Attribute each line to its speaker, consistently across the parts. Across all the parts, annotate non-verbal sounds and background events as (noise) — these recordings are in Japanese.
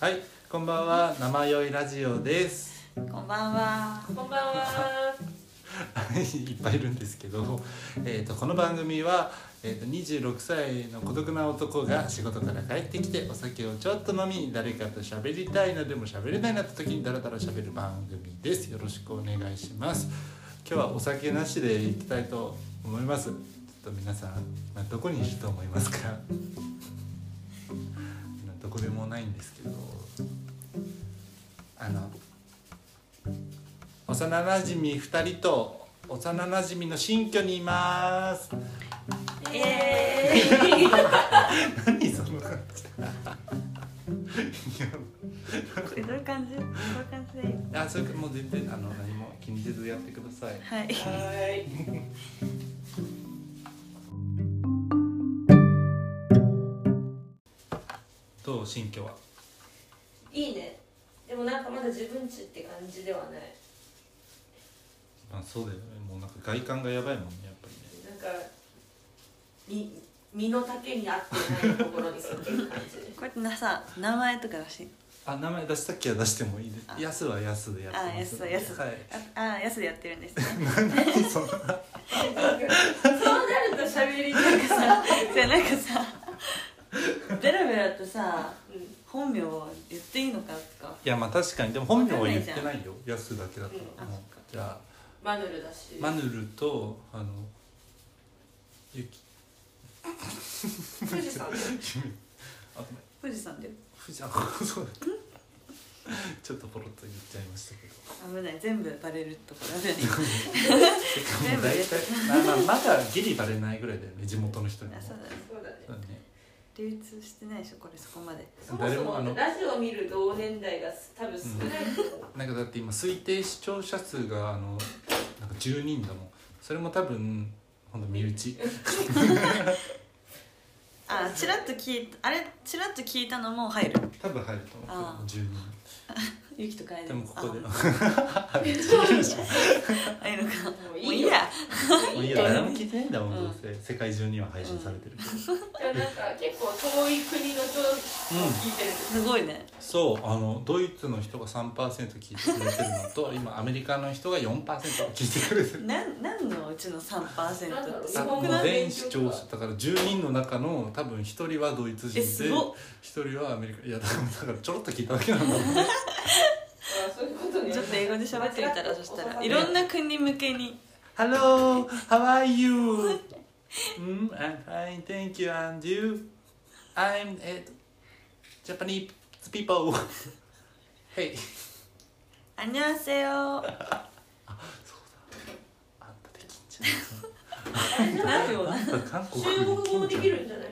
Speaker 1: はい、こんばんは、生酔いラジオです。 (laughs)
Speaker 2: こんばんは。
Speaker 3: こんばんは。
Speaker 1: いっぱいいるんですけど、えっ、とこの番組はえっ、と26歳の孤独な男が仕事から帰ってきてお酒をちょっと飲み、誰かと喋りたいなでも喋れないなって時にダラダラ喋る番組です。よろしくお願いします。今日はお酒なしでいきたいと思います。ちょっと皆さん、まあどこにいると思いますか。今どこでもないんですけど、あの幼なじみ2人と幼なじみの新居にいます
Speaker 2: イ
Speaker 3: え
Speaker 2: エ
Speaker 3: (laughs) ーイ。
Speaker 1: 何その感じい
Speaker 2: どういう感じ？どういう感じでいい？
Speaker 1: やあそれかもう全然あの何も気にせずやってください
Speaker 2: はい。
Speaker 3: はい。
Speaker 1: どう新居はい
Speaker 3: いね。でもなんかまだ自分ちって感じではない。
Speaker 1: あそうだよねもうなんか外観がやばいもんねやっぱりね
Speaker 3: なんかみ身の丈に合ってないところに住んでる感じ。
Speaker 2: これってなさ名前とかだしい。
Speaker 1: あ名前出したっきは出してもいいです
Speaker 2: あ
Speaker 1: やすはやすでやって
Speaker 2: あ
Speaker 1: ま
Speaker 2: や
Speaker 1: す
Speaker 2: すやす。
Speaker 1: はい
Speaker 2: ああやすでやってるんです (laughs) ね。
Speaker 1: 何その
Speaker 3: そうなると喋りなんかさ、
Speaker 2: じゃなんかさ、ベラベラとさ
Speaker 3: うん、
Speaker 2: 本名を言っていいのかとか。
Speaker 1: いやまあ確かにでも本名は言ってないよやすだけだったら、
Speaker 2: うんあ
Speaker 1: もう
Speaker 2: そっか
Speaker 1: じゃあ
Speaker 3: マヌルだし。
Speaker 1: マヌルとあのゆき
Speaker 3: 富士山。
Speaker 1: あごめん
Speaker 2: 富士山で
Speaker 1: 富士あそうだちょっとポロッと言っちゃいましたけど
Speaker 2: 危ない全部バレるところ危ない。
Speaker 1: てかもう大体まあまあまだギリバレないぐらいだよね地元の人にも
Speaker 2: あそうだね。
Speaker 3: そうだね。
Speaker 1: そうだね
Speaker 2: 流通してないでしょこれそこまで。
Speaker 3: そもそ
Speaker 1: 誰もあの
Speaker 3: もラジオを見る同年代が多分少ないと思う。
Speaker 1: なんかだって今推定視聴者数があのなんか10人だもんそれも多分ほんと身内
Speaker 2: あちらっと聞いたあれちらっと聞いたのも入る。
Speaker 1: 多分入ると思う
Speaker 2: あー
Speaker 1: 10
Speaker 2: ゆきと帰
Speaker 1: 人
Speaker 2: る。
Speaker 1: でもここで
Speaker 2: ああいいのか。
Speaker 3: もう
Speaker 2: もう
Speaker 3: い
Speaker 2: い
Speaker 3: い
Speaker 2: い
Speaker 3: よ。
Speaker 2: や。
Speaker 1: もういいよ誰も聞いてないんだもんどうせ世界中には配信されてるけど
Speaker 3: でもなんか結構遠い国の人を聞いてるんです
Speaker 2: すごいね。
Speaker 1: そうあのドイツの人が3%聞いてくれてるのと今アメリカの人が4%聞いてく
Speaker 2: (laughs)
Speaker 1: れてる
Speaker 2: なん何のうちの3%ってす
Speaker 1: あ
Speaker 2: ご
Speaker 1: も
Speaker 2: く
Speaker 1: う
Speaker 2: ない
Speaker 1: 全視聴者だから10人の中の多分1人はドイツ人で
Speaker 2: えすごっ
Speaker 1: 1人はアメリカいやだからちょろっと聞いただけなんだもん
Speaker 2: (laughs)
Speaker 1: ね
Speaker 3: あそういうことね
Speaker 2: ちょっと英語で喋ってみたらそしたらいろんな国向けに
Speaker 1: Hello how are you うん、I'm fine thank you and you I'm at Japanese people (laughs) Hey
Speaker 2: 「アニョンセヨ
Speaker 1: あんたできんじ
Speaker 2: ー」なんて言うの
Speaker 1: ゃんあんた韓国
Speaker 3: 中国語もでき
Speaker 1: ん
Speaker 3: るんじゃない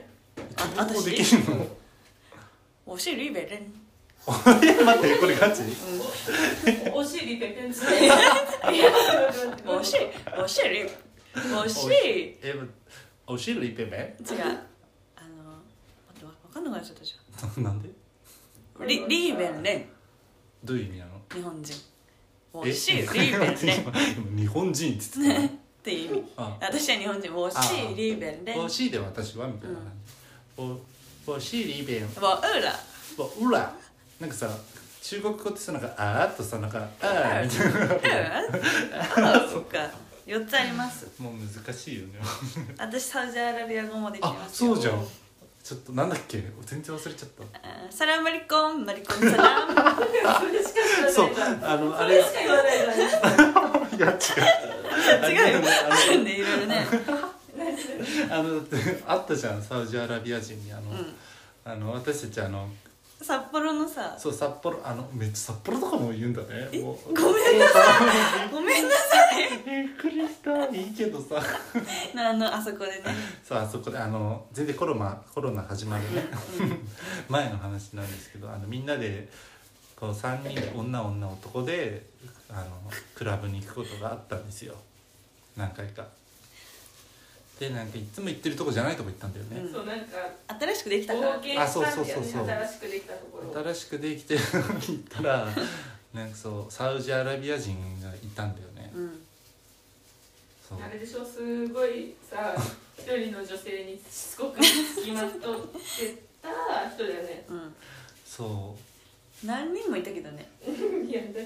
Speaker 1: 中国語できるの
Speaker 2: 「おしりべれん
Speaker 1: え (laughs) 待ってこれガチ
Speaker 3: お尻ペペンつって。いや
Speaker 2: おしおしりおし」違う
Speaker 1: えおしりペペ
Speaker 2: あの待ってわわかんなくなっちゃったじ
Speaker 1: なんで (laughs)
Speaker 2: ゃん「リリーベンレン
Speaker 1: どういう意味なの」
Speaker 2: 日本人「お
Speaker 1: え
Speaker 2: しリーベンレン」っ
Speaker 1: 日本人って言って
Speaker 2: ていう意味 (laughs)
Speaker 1: たあ
Speaker 2: 私は日本人「おしリーベンレン」
Speaker 1: お
Speaker 2: わ
Speaker 1: しで私はみたいな感じおおしりべん
Speaker 2: うら
Speaker 1: おうらなんかさ中国語ってさなんかあーっとさなんかあーみたいな
Speaker 2: うんそうか4つあります
Speaker 1: もう難しい
Speaker 2: (laughs)
Speaker 1: よね
Speaker 2: 私サウジアラビア語もでき
Speaker 1: あ
Speaker 2: ますよ
Speaker 1: そうじゃんちょっとなんだっけ全然忘れちゃった
Speaker 2: あーサラマリコンマリコンサラン
Speaker 3: それしか知らない
Speaker 1: そう
Speaker 3: じゃん。
Speaker 1: あのあ
Speaker 3: そ
Speaker 2: (laughs)
Speaker 1: れい
Speaker 3: れしか言わないじゃん。
Speaker 1: や違う
Speaker 2: 違うよ
Speaker 1: あ
Speaker 2: あるんでいろいろ (laughs) ね
Speaker 1: あの (laughs) あったじゃんサウジアラビア人にあの、
Speaker 2: うん
Speaker 1: あの私たちあの
Speaker 2: 札幌のさ
Speaker 1: そう札幌あのめっちゃ札幌とかも言うんだねもう
Speaker 2: ごめんなさいごめんなさ
Speaker 1: びっくりしたいいけどさ
Speaker 2: いあのあそこでね
Speaker 1: そうあそこであの全然コロナコロナ始まるね前の話なんですけどあのみんなでこう3人で女女男であのクラブに行くことがあったんですよ何回かでなんかいつも行ってるとこじゃないとこ行ったんだよね、
Speaker 3: そうなんか
Speaker 2: 新しくできたから
Speaker 3: 冒険したんだよ
Speaker 1: あ
Speaker 3: ね
Speaker 1: そうそうそうそう
Speaker 3: 新しくできたところ。
Speaker 1: 新しくできてる (laughs) のに行ったらなんかそうサウジアラビア人がいたんだよね、
Speaker 2: うん
Speaker 1: そう
Speaker 3: あれでしょすごいさ一人の女性にしつこく付きまとってた人だよね。
Speaker 2: うん
Speaker 1: そ
Speaker 2: 何人もいたけどね
Speaker 3: いや
Speaker 1: (laughs)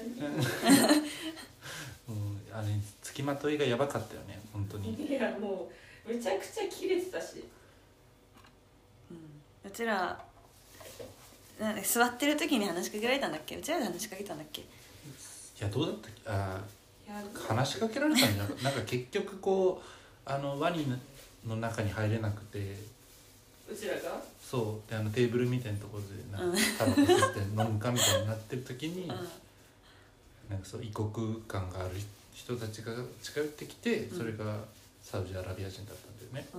Speaker 1: うん、あれつきまといがやばかったよね本当に
Speaker 3: 何いやもうめちゃくちゃ切れてたし
Speaker 2: うちらなんか座ってる時に話しかけられたんだっけうちらで話しかけたんだっけ
Speaker 1: いやどうだったっけあ
Speaker 3: いや
Speaker 1: ー話しかけられたんじゃなくなんか結局こうあのワニの中に入れなくて
Speaker 3: うちらが
Speaker 1: そうであのテーブルみたいなところでなんかタバコ吸って飲むかみたいになってる時に、
Speaker 2: うん
Speaker 1: なんかそう異国感がある人たちが近寄ってきてそれがサウジアラビア人だったんだよね、
Speaker 2: う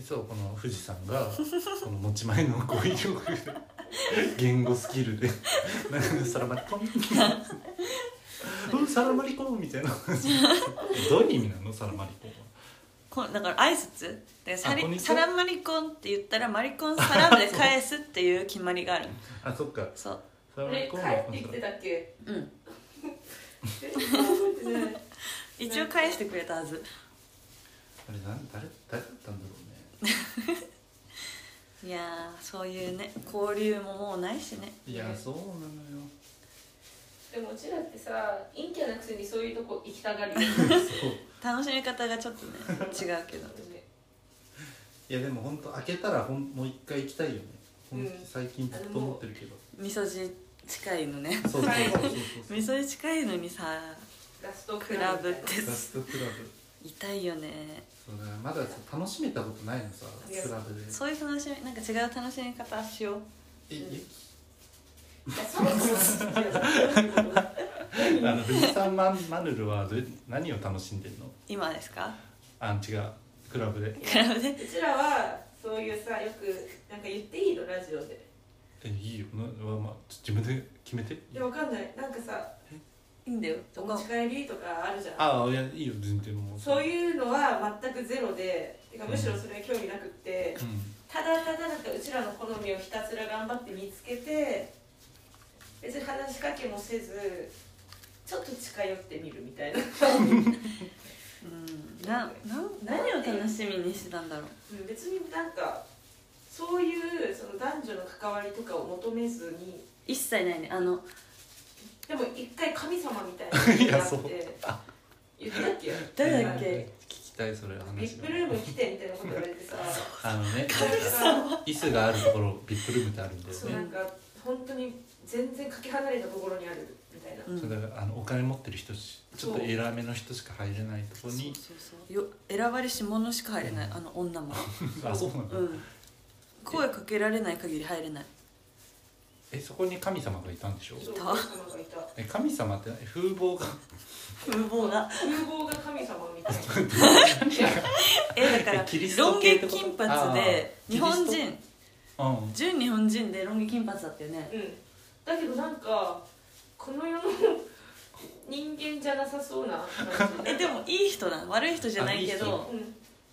Speaker 1: でそうこの富士山がこの持ち前の語彙力
Speaker 2: (laughs)
Speaker 1: で言語スキルで「なんかサラマリコン」
Speaker 2: (laughs)
Speaker 1: うん「サラマリコン」みたいなどういう意味なのサラマリコンは
Speaker 2: こだから挨拶でサ
Speaker 1: こん
Speaker 2: リ
Speaker 1: にち
Speaker 2: サ
Speaker 1: は
Speaker 2: ラマリコンって言ったらマリコンサラムで返すっていう決まりがある
Speaker 1: あそっか
Speaker 2: そう
Speaker 1: サ
Speaker 3: あ
Speaker 1: ラマ
Speaker 3: れ
Speaker 1: リコン
Speaker 3: 帰ってきてたっけ
Speaker 2: うん
Speaker 3: え覚えてない
Speaker 2: 一応返してくれたはず
Speaker 1: あれなん誰誰だったんだろうね
Speaker 2: いやーそういうね交流ももうないしね
Speaker 1: いやそうなのよ
Speaker 3: でもうちらってさ陰キャなくせにそういうとこ行きた (laughs) がるよね
Speaker 1: そう
Speaker 2: 楽しみ方がちょっとね違うけど
Speaker 1: いやでも本当開けたらほんもう一回行きたいよね、ほん
Speaker 3: うん
Speaker 1: 最近ずっと思ってるけど
Speaker 2: 味噌汁近いのね
Speaker 1: そうそうそうそうそう
Speaker 2: (laughs) 味噌汁近いのにさ
Speaker 3: ラスト
Speaker 2: ク
Speaker 3: ク
Speaker 2: ラ
Speaker 3: ラ
Speaker 2: ブ
Speaker 3: ブ
Speaker 2: って
Speaker 1: ラストクラブ
Speaker 2: 痛いよね
Speaker 1: そうだまださ楽しめたことないのさ
Speaker 3: いや
Speaker 1: クラブで
Speaker 2: そういう楽しみなんか違う楽しみ方しよう
Speaker 1: ええ
Speaker 3: いやそうそう
Speaker 1: あの藤井さんマンマヌルはどう何を楽しんでるの
Speaker 2: 今ですか
Speaker 1: あ違うクラブで
Speaker 2: クラブで
Speaker 3: うちらはそういうさよくなんか言っていいのラジオで
Speaker 1: えいいよな、まあまあ、ちょ自分で決めて
Speaker 3: でわかんないなんかさ
Speaker 2: いいんだよ
Speaker 3: お持ち帰りとかあるじゃん
Speaker 1: ああいやいいよ全然もう
Speaker 3: そう
Speaker 1: う、
Speaker 3: いうのは全くゼロでてかむしろそれは興味なくって
Speaker 1: うん、
Speaker 3: ただただなんかうちらの好みをひたすら頑張って見つけて別に話しかけもせずちょっと近寄ってみるみたいなうん
Speaker 2: うんなな何を楽しみにしてたんだろう
Speaker 3: 別になんかそういうその男女の関わりとかを求めずに
Speaker 2: 一切ないねあの
Speaker 3: でも一回神様みたいなのがあっ
Speaker 1: い
Speaker 3: て言ったっけ
Speaker 2: 誰だっけ
Speaker 1: 聞きたいそれ話
Speaker 3: ビップルーム来てみたいなこと言われてさ
Speaker 1: あのね
Speaker 3: なんか
Speaker 1: 椅子があるところビップルームってあるんだよ
Speaker 3: そうな
Speaker 1: ね
Speaker 3: んか本当に全然かけ離れたところにあるみたいな
Speaker 2: うん
Speaker 1: そうだからあのお金持ってる人しちょっと偉めの人しか入れないとこに
Speaker 2: そうそうそうよ選ばれし者しか入れないあの女
Speaker 1: (laughs)
Speaker 2: も
Speaker 1: あそうなんだ、
Speaker 2: うん声かけられない限り入れない
Speaker 1: えそこに神様がいたんでしょ
Speaker 3: そう
Speaker 2: た
Speaker 3: 神様がいた
Speaker 1: え神様って風貌が
Speaker 2: 無謀な
Speaker 3: 風貌が神様みたいな
Speaker 2: えだから
Speaker 1: えキリス
Speaker 2: ロ
Speaker 1: ト
Speaker 2: ン
Speaker 1: 系って
Speaker 2: 毛
Speaker 1: こと
Speaker 2: 金髪で
Speaker 1: あー
Speaker 2: 日本
Speaker 1: キリ
Speaker 2: 人
Speaker 1: うん
Speaker 2: 純日本人でロン毛金髪だったよね
Speaker 3: うんだけどなんかこの世の人間じゃなさそうな感じ
Speaker 2: えでもいい人なの悪い人じゃないけ
Speaker 1: あいい
Speaker 2: ど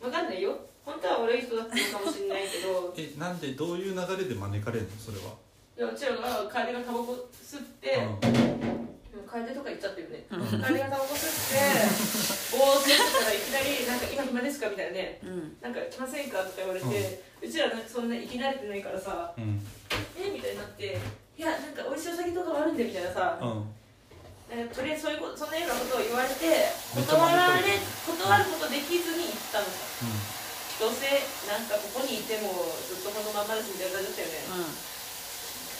Speaker 3: うんわかんないよ本当は悪い人だったのかもしれないけ (laughs) ど
Speaker 1: えなんでどういう流れで招かれるのそれは、
Speaker 3: いやうちらが楓がタバコ吸って、
Speaker 1: うん
Speaker 3: でも楓とか言っちゃってるね
Speaker 2: うん
Speaker 3: 楓がタバコ吸 (laughs) ってぼーってしてたらいきなり「なんか今暇ですか?」みたいなね
Speaker 2: うん
Speaker 3: 「なんか来ませんか?」とか言われて、うちらなんかそんな生き慣れてないからさ
Speaker 1: うん
Speaker 3: 「えみたいになって「いやなんか美味しいお酒とかもあるんで」みたいなさ、
Speaker 1: うん
Speaker 3: なんかとりあえずそういうことそんなようなことを言われて断られ断ることできずに行ったのさどうせなんかここにいてもずっとこのままですみたいな感じだったよね、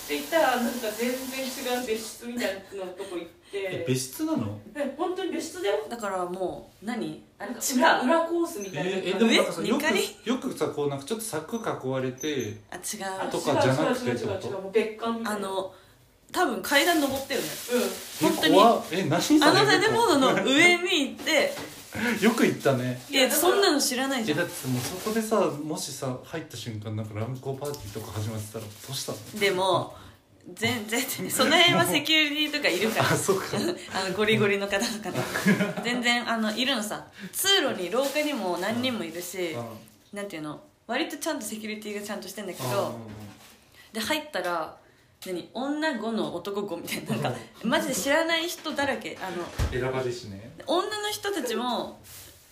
Speaker 3: って言ったらなんか全然違う別室みたいなとこ行っ
Speaker 1: え
Speaker 3: て
Speaker 1: 別室なの
Speaker 3: え本当に別室だよ
Speaker 2: うんだからもう何
Speaker 3: あの
Speaker 2: 違
Speaker 3: 裏
Speaker 2: う
Speaker 3: 裏コースみたいな
Speaker 1: え
Speaker 3: 感
Speaker 1: えで
Speaker 3: じ
Speaker 1: もなんかさ
Speaker 2: 上
Speaker 1: よ
Speaker 2: 二階
Speaker 1: くよくさこうなんかちょっと柵囲われて
Speaker 2: あ違
Speaker 3: あ
Speaker 2: う
Speaker 1: とかじゃなくて
Speaker 3: 違う違う違う違うもう別館みたい
Speaker 2: あ
Speaker 3: な
Speaker 2: の多分階段登ってるね
Speaker 3: う
Speaker 1: え
Speaker 2: 本当に
Speaker 1: 怖っえ何それ
Speaker 2: あの建物の上に行って
Speaker 1: よく行ったね
Speaker 2: いやそんなの知らないじ
Speaker 1: え
Speaker 2: ゃ
Speaker 1: だっ
Speaker 2: ん
Speaker 1: てさもうそこでさもしさ入った瞬間なんか乱行パーティーとか始まってたらどうしたの
Speaker 2: でも全 (laughs) 然その辺はセキュリティとかいる (laughs) から
Speaker 1: あそうか
Speaker 2: あのゴリゴリの方とかね全然あのいるのさ通路に廊下にも何人もいるし
Speaker 1: うん
Speaker 2: なんていうの割とちゃんとセキュリティがちゃんとしてんだけ
Speaker 1: あ
Speaker 2: どで入ったら何女5の男5みたいななんかマジで知らない人だらけあの
Speaker 1: 選ばれしね
Speaker 2: 女の人たちも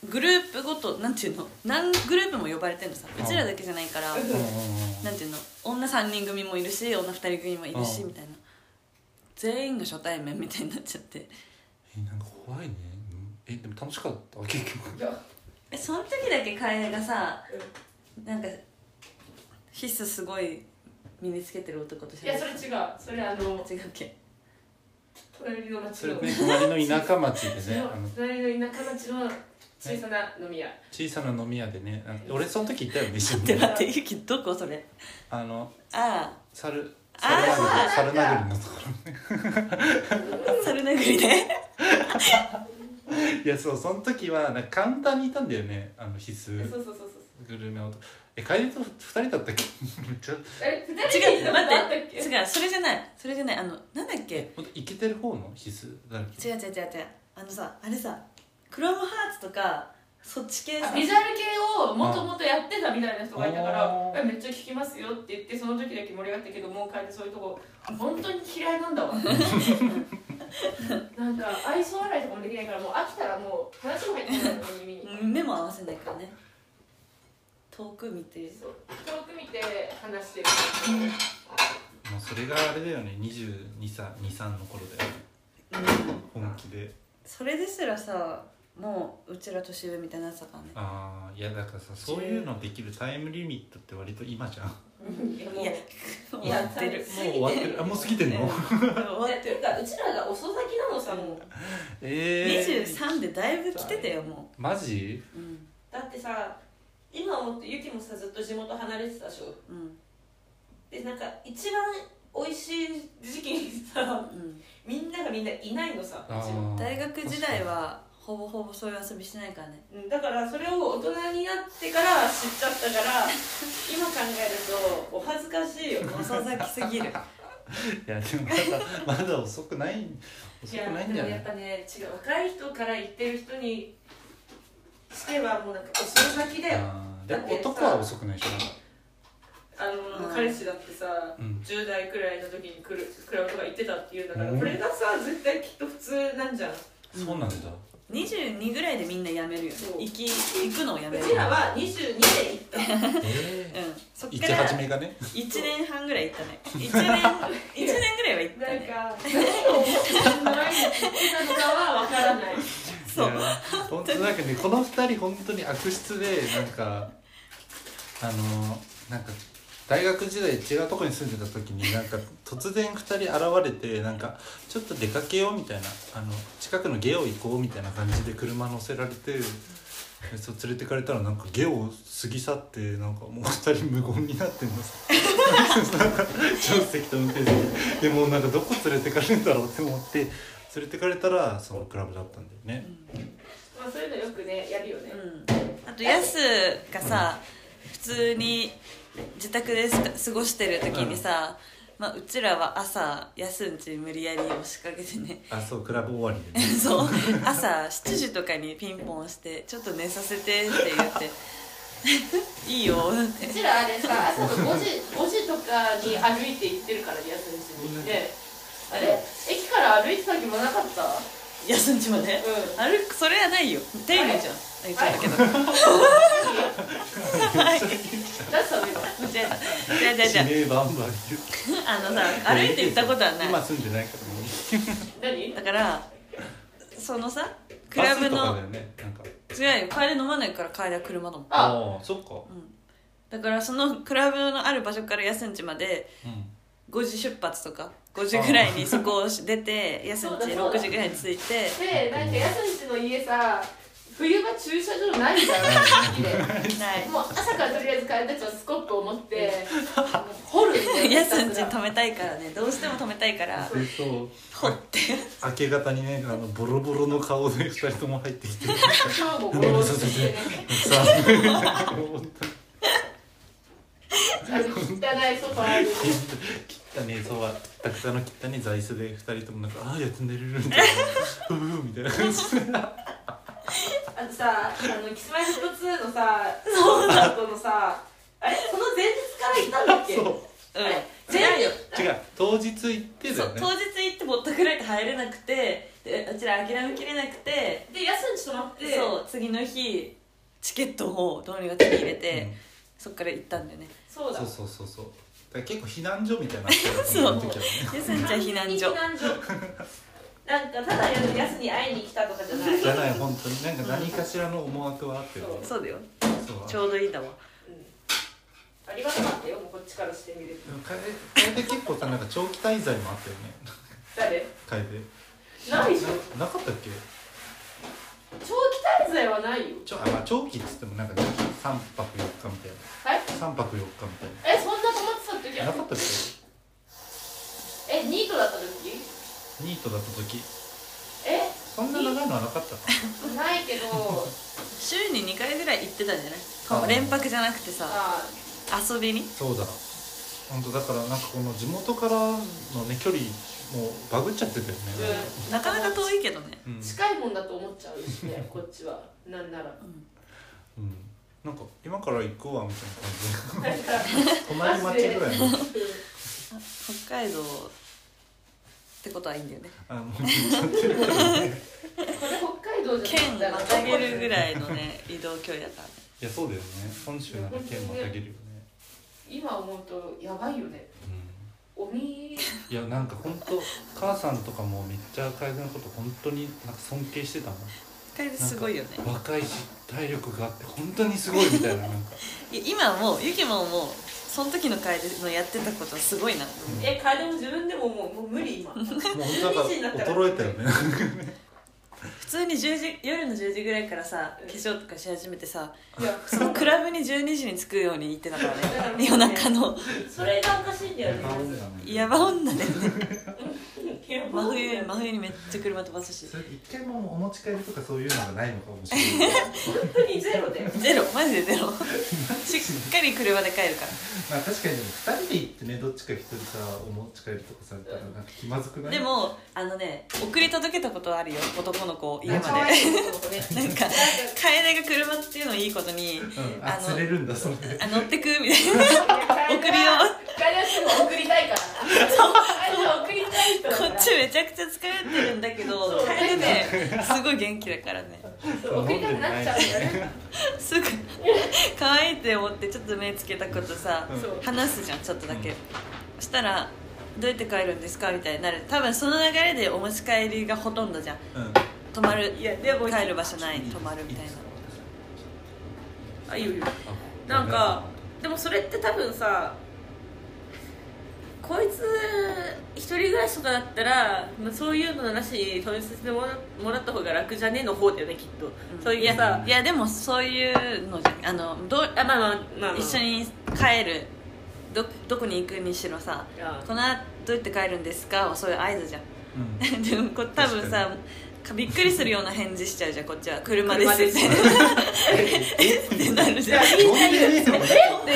Speaker 2: グループごとなんていうの何グループも呼ばれてるのさうちらだけじゃないから
Speaker 1: うんうん
Speaker 2: なんていうの女3人組もいるし女2人組もいるし
Speaker 1: うん
Speaker 2: みたいな全員が初対面みたいになっちゃって
Speaker 1: えなんか怖いねうんえでも楽しか
Speaker 2: (laughs)
Speaker 1: った結局
Speaker 3: いや
Speaker 2: えその時だけ楓がさ
Speaker 3: うん
Speaker 2: なんか必須すごい身につけてる男とし
Speaker 3: いやそれ違うそれあの
Speaker 2: 違うっけ
Speaker 3: 隣の町
Speaker 1: それ
Speaker 3: の、
Speaker 1: ね隣の田舎町でねあの
Speaker 3: 隣の田舎町の小さな飲み屋、
Speaker 1: 小さな飲み屋でねあの俺その時行ったよね一緒
Speaker 2: 待って
Speaker 1: に
Speaker 2: 待ってゆきどこそれ
Speaker 1: あの
Speaker 2: あ
Speaker 1: 猿
Speaker 2: あ
Speaker 3: ー
Speaker 1: 猿殴り猿殴りのとこ
Speaker 2: あ猿殴りね
Speaker 1: ろいやそうその時はなんかカウンターにいたんだよねあの必
Speaker 3: そう
Speaker 1: 須
Speaker 3: そうそうそうそ
Speaker 1: グ
Speaker 3: う
Speaker 1: ルメ男え帰りと二人だったっけ (laughs) めっちゃ
Speaker 3: え二人で
Speaker 2: 違
Speaker 3: 行っ
Speaker 2: う
Speaker 3: たことあ
Speaker 2: 待
Speaker 3: っ
Speaker 2: った
Speaker 3: ってけ
Speaker 2: 違うそれじゃないそれじゃないあのなんだっけ
Speaker 1: 本当イケてる方の必須だっけ
Speaker 2: 違う違う違う違うあのさあれさクロムハーツとかそっち系さ
Speaker 3: ビジュアル系をもともとやってたみたいな人がいたか
Speaker 1: あ
Speaker 3: ら
Speaker 1: ー
Speaker 3: えめっちゃ聞きますよって言ってその時だけ盛り上がったけどもう帰ってそういうとこ本当に嫌いなんだわなんか愛想笑いとかもできないからもう飽きたらもう話も入ってこないの耳に
Speaker 2: うん目も合わせないからね遠く見て
Speaker 3: そう遠く見て話してる
Speaker 1: もうそれがあれだよね22歳23の頃だよね
Speaker 2: うん
Speaker 1: 本気で
Speaker 2: それですらさもううちら年上みたいになってたからね
Speaker 1: ああいやだからさそういうのできるタイムリミットって割と今じゃんも
Speaker 2: いや
Speaker 3: い
Speaker 2: 終
Speaker 3: や
Speaker 2: わってる
Speaker 1: う終わって (laughs) るあもう過ぎてんの
Speaker 2: 終わって
Speaker 3: ていう
Speaker 2: る
Speaker 3: かうちらが遅咲きなのさもう
Speaker 1: ええー、
Speaker 2: 23でだいぶ来てたよも
Speaker 1: マジ
Speaker 2: ううん
Speaker 3: だってさ今思ってゆきもさずっと地元離れてたでしょ
Speaker 2: うん
Speaker 3: でなんか一番美味しい時期にさ
Speaker 2: う
Speaker 3: みんながみんないないのさうち
Speaker 1: あー
Speaker 2: ん大学時代はほぼほぼそういう遊びしてないからね
Speaker 3: うんだからそれを大人になってから知っちゃったから今考えるとお恥ずかしいよ
Speaker 2: 遅咲きすぎ
Speaker 1: (laughs)
Speaker 2: る
Speaker 1: いやでもまだまだ遅くない遅くないんじゃな
Speaker 3: いやでもやっ
Speaker 1: い
Speaker 3: ぱね違う若い人から言ってる人にしてはもうなんか遅咲きだよ
Speaker 1: あーでも男は遅くないでしょ
Speaker 3: あの、
Speaker 2: うん
Speaker 3: 彼氏だってさ、
Speaker 1: うん
Speaker 3: 10代くらいの時に来るクラブとか行ってたっていうんだから、
Speaker 1: うん
Speaker 3: これがさ絶対きっと普通なんじゃん
Speaker 1: そうなんだ
Speaker 2: 22ぐらいでみんな辞めるよね
Speaker 3: そう
Speaker 2: 行き行くのをや
Speaker 3: う
Speaker 2: める
Speaker 3: ちらは22で行
Speaker 2: (laughs)
Speaker 3: った
Speaker 1: え
Speaker 2: うん (laughs) そっ
Speaker 1: えー、行
Speaker 2: か
Speaker 1: き
Speaker 2: ら
Speaker 1: 始めがね
Speaker 2: 1年半ぐらい行ったね1年一年ぐらいは行った
Speaker 3: なん
Speaker 2: ね
Speaker 3: か何を思って習いに行ってたのかは分からない
Speaker 2: そう
Speaker 1: いや本当なんかねこの二人本当に悪質でなんかあのなんか大学時代違うとこに住んでた時になんか突然二人現れてなんかちょっと出かけようみたいなあの近くのゲオ行こうみたいな感じで車乗せられて。でそう連れてかれたらなんかゲオ過ぎ去ってなんかもう二人無言になってます (laughs) なんか助手席と運転席でもうなんかどこ連れてかれるんだろうって思って連れてかれたらそのクラブだったんだよね、
Speaker 3: まあそういうのよくねやるよね、
Speaker 2: うんあとヤスがさ普通に自宅で過ごしてる時にさ、うまあ、うちらは朝ヤスんち無理やり押しかけてね
Speaker 1: あそうクラブ終わりでね
Speaker 2: (laughs) そう朝7時とかにピンポン押して「ちょっと寝させて」って言って (laughs) 「いいよ」って
Speaker 3: うちらあれ (laughs) さ朝の5時 ,5 時とかに歩いて行ってるからリアスにに行ってあれ駅から歩いてた時もなかった
Speaker 2: ヤスんちまで、
Speaker 3: うん
Speaker 2: あれそれはないよ丁寧じゃんあ言っちゃったけど
Speaker 3: 出したの今
Speaker 2: じゃあじゃあじゃあじゃ
Speaker 1: 指名バンバン言う
Speaker 2: ああのさ歩いて行ったことはない
Speaker 1: 今住んでないからもう
Speaker 3: 何
Speaker 2: だからそのさクラ
Speaker 1: バ
Speaker 2: ブ
Speaker 1: スとか
Speaker 2: の
Speaker 1: だよねなんか
Speaker 2: 違うよ帰り飲まないから帰りは車だもん
Speaker 3: あ
Speaker 1: ああそっか
Speaker 2: だからそのクラブのある場所から安んちまで
Speaker 1: うん
Speaker 2: 5時出発とか5時ぐらいにそこを出て安ん
Speaker 3: そうだ
Speaker 2: ち
Speaker 3: そうだ
Speaker 2: 6時ぐらいに着いて (laughs)
Speaker 3: でなんかヤスんちの家さ冬場駐車場ない (laughs) じゃん駅で
Speaker 2: な
Speaker 3: もう朝からとりあえず帰ったちはスコップを持って (laughs) 掘るみたい
Speaker 2: い
Speaker 3: な
Speaker 2: (laughs) 安んち止めたいからねどうしても止めたいから
Speaker 1: でそう
Speaker 2: 掘って
Speaker 1: 明け方にねあのボロボロの顔で二人とも入って
Speaker 2: (laughs)
Speaker 1: きてさ
Speaker 3: 今日もこうしてね
Speaker 1: あ本
Speaker 3: あの汚いソファーに
Speaker 1: 当に汚ねえそばたくさんの汚ねえ座椅子で二人ともなんかああやって寝れるみたい
Speaker 2: (laughs)
Speaker 1: なううみたいな感じ
Speaker 3: あとさ、あのキスマイフットツーのさ、そうだのさ、あれその前日からいたんだっけ？
Speaker 1: そう
Speaker 3: あれ
Speaker 2: う
Speaker 3: 全部
Speaker 1: 違う当日行ってだ
Speaker 2: そ
Speaker 1: よ
Speaker 2: う
Speaker 1: ね
Speaker 2: 当日行ってぼったくられて入れなくてでうちら諦めきれなくて
Speaker 3: で安んち泊まって
Speaker 2: そう次の日チケットをどうにか手に入れて、
Speaker 1: うん
Speaker 2: そっから行ったんだよね
Speaker 3: そうだ
Speaker 1: そうそうそうそうだから結構避難所みたいになってる
Speaker 2: (laughs) そう
Speaker 1: この時はね
Speaker 2: ゆすんちゃん避難所
Speaker 3: 避難所なんかただやすに会いに来たとかじゃない
Speaker 1: じゃない本当になんか何かしらの思惑はあってる、
Speaker 3: そう
Speaker 2: そうだよ
Speaker 1: そう
Speaker 2: ちょうどいいだわ
Speaker 3: ありがたかったよもうこっちからしてみる
Speaker 1: でも楓楓結構さなんか長期滞在もあったよね
Speaker 3: 誰
Speaker 1: 楓
Speaker 3: ないでしょ
Speaker 1: なかったっけ
Speaker 3: 長期滞在はないよ
Speaker 1: ちょあ、まあ、長期っつってもなんか3泊4日みたい
Speaker 3: はい
Speaker 1: な3泊4日みたい
Speaker 3: えそんな泊まってた時
Speaker 1: なな
Speaker 3: は
Speaker 1: かったっけ
Speaker 3: えニートだった時
Speaker 1: ニートだった時
Speaker 3: え
Speaker 1: そんな長いのはなかったか
Speaker 3: ないけど
Speaker 2: 週に2回ぐらい行ってたんじゃない
Speaker 1: あー
Speaker 2: 連泊じゃなくてさ
Speaker 3: あ
Speaker 2: 遊びに
Speaker 1: そうだ本当だからなんかこの地元からのね距離もうバグっちゃってたよね、
Speaker 2: なかなか遠いけどね
Speaker 1: うんうん
Speaker 3: 近いもんだと思っちゃうし
Speaker 1: (laughs)
Speaker 3: ねこっちはなんなら
Speaker 1: なんか今から行こうわみたい
Speaker 3: なんか
Speaker 1: な感じ隣町ぐらいの
Speaker 2: 北海道ってことはいいんだよね
Speaker 1: あもう行っちゃってるからね
Speaker 3: これ北海道じゃ
Speaker 2: 県
Speaker 3: ない
Speaker 2: またげるぐらいのね移動距離だからね
Speaker 1: いやそうだよね本州なら県またげるよね、
Speaker 3: 今思うとやばいよね
Speaker 1: う
Speaker 3: おみ
Speaker 1: ん、いやなんか本当母さんとかもめっちゃ楓のこと本当になんか尊敬してたもん
Speaker 2: 北海道すごいよね
Speaker 1: 若いし体力があって本当にすごいみたいななんか
Speaker 2: いや今もうゆきももうその時の楓のやってたことはすごいな
Speaker 3: え楓も自分でももうもう無理今
Speaker 1: もう本当なんか衰えたよね
Speaker 2: 普通に10時夜の10時ぐらいからさ
Speaker 3: うん
Speaker 2: 化粧とかし始めてさ
Speaker 3: いや
Speaker 2: そのクラブに12時に着くように行ってたからね
Speaker 3: (laughs) だからもうね
Speaker 2: 夜中の
Speaker 3: それがおかしいんだよね
Speaker 2: ヤバ女だよね
Speaker 3: やば
Speaker 2: 真
Speaker 3: いよね
Speaker 2: 冬真冬にめっちゃ車飛ばすし
Speaker 1: それ一回もお持ち帰りとかそういうのがないのかもしれない
Speaker 3: 本当にゼロだよ
Speaker 2: ゼロマジでゼロしっかり車で帰るから
Speaker 1: まあ確かにでも2人で行ってねどっちか1人さお持ち帰りとかされたらなんか気まずくない
Speaker 2: でもあのね送り届けたことあるよ男の子を家まで
Speaker 3: 可愛いい男の子ね
Speaker 2: なんか楓が車っていうのをいいことに
Speaker 1: うん、あ
Speaker 2: あの
Speaker 1: 釣れるんだそれ
Speaker 2: あ乗ってくみたい
Speaker 3: (laughs)
Speaker 2: な
Speaker 3: 送
Speaker 2: 送りよ
Speaker 3: 楓はすぐ送りたいから楓は送りたい人だか
Speaker 2: こ
Speaker 3: ら
Speaker 2: っちめちゃくちゃ疲れてるんだけど
Speaker 3: そう
Speaker 2: 楓ねすごい元気だからね
Speaker 3: そう送りたくなっちゃうんだよね
Speaker 2: すぐ可愛いって思ってちょっと目つけたことさ
Speaker 1: うん
Speaker 3: そう
Speaker 2: 話すじゃんちょっとだけ、
Speaker 1: うん
Speaker 2: そしたら「どうやって帰るんですか?」みたいになる多分その流れでお持ち帰りがほとんどじゃん
Speaker 1: うん
Speaker 2: 泊まる
Speaker 3: いやでも
Speaker 2: 帰る場所ない泊まるみたいな
Speaker 3: あいいよいいよなんかでもそれって多分さこいつ一人暮らしとかだったら、まあ、そういうのなしに統一してもらもらった方が楽じゃねえの方だよねきっと、そういうさ
Speaker 2: いやでもそういうのじゃんあのどう
Speaker 3: あまあまあまあ、まあ、
Speaker 2: 一緒に帰るどどこに行くにしろさ
Speaker 3: あ
Speaker 2: この後どうやって帰るんですかはそういう合図じゃん
Speaker 1: うん
Speaker 2: (laughs) でもこ多分さびっくりするような返事しちゃうじゃんこっちは車ですって
Speaker 3: 車
Speaker 2: (laughs) えってなるじゃん
Speaker 1: 飲んでねえの
Speaker 2: って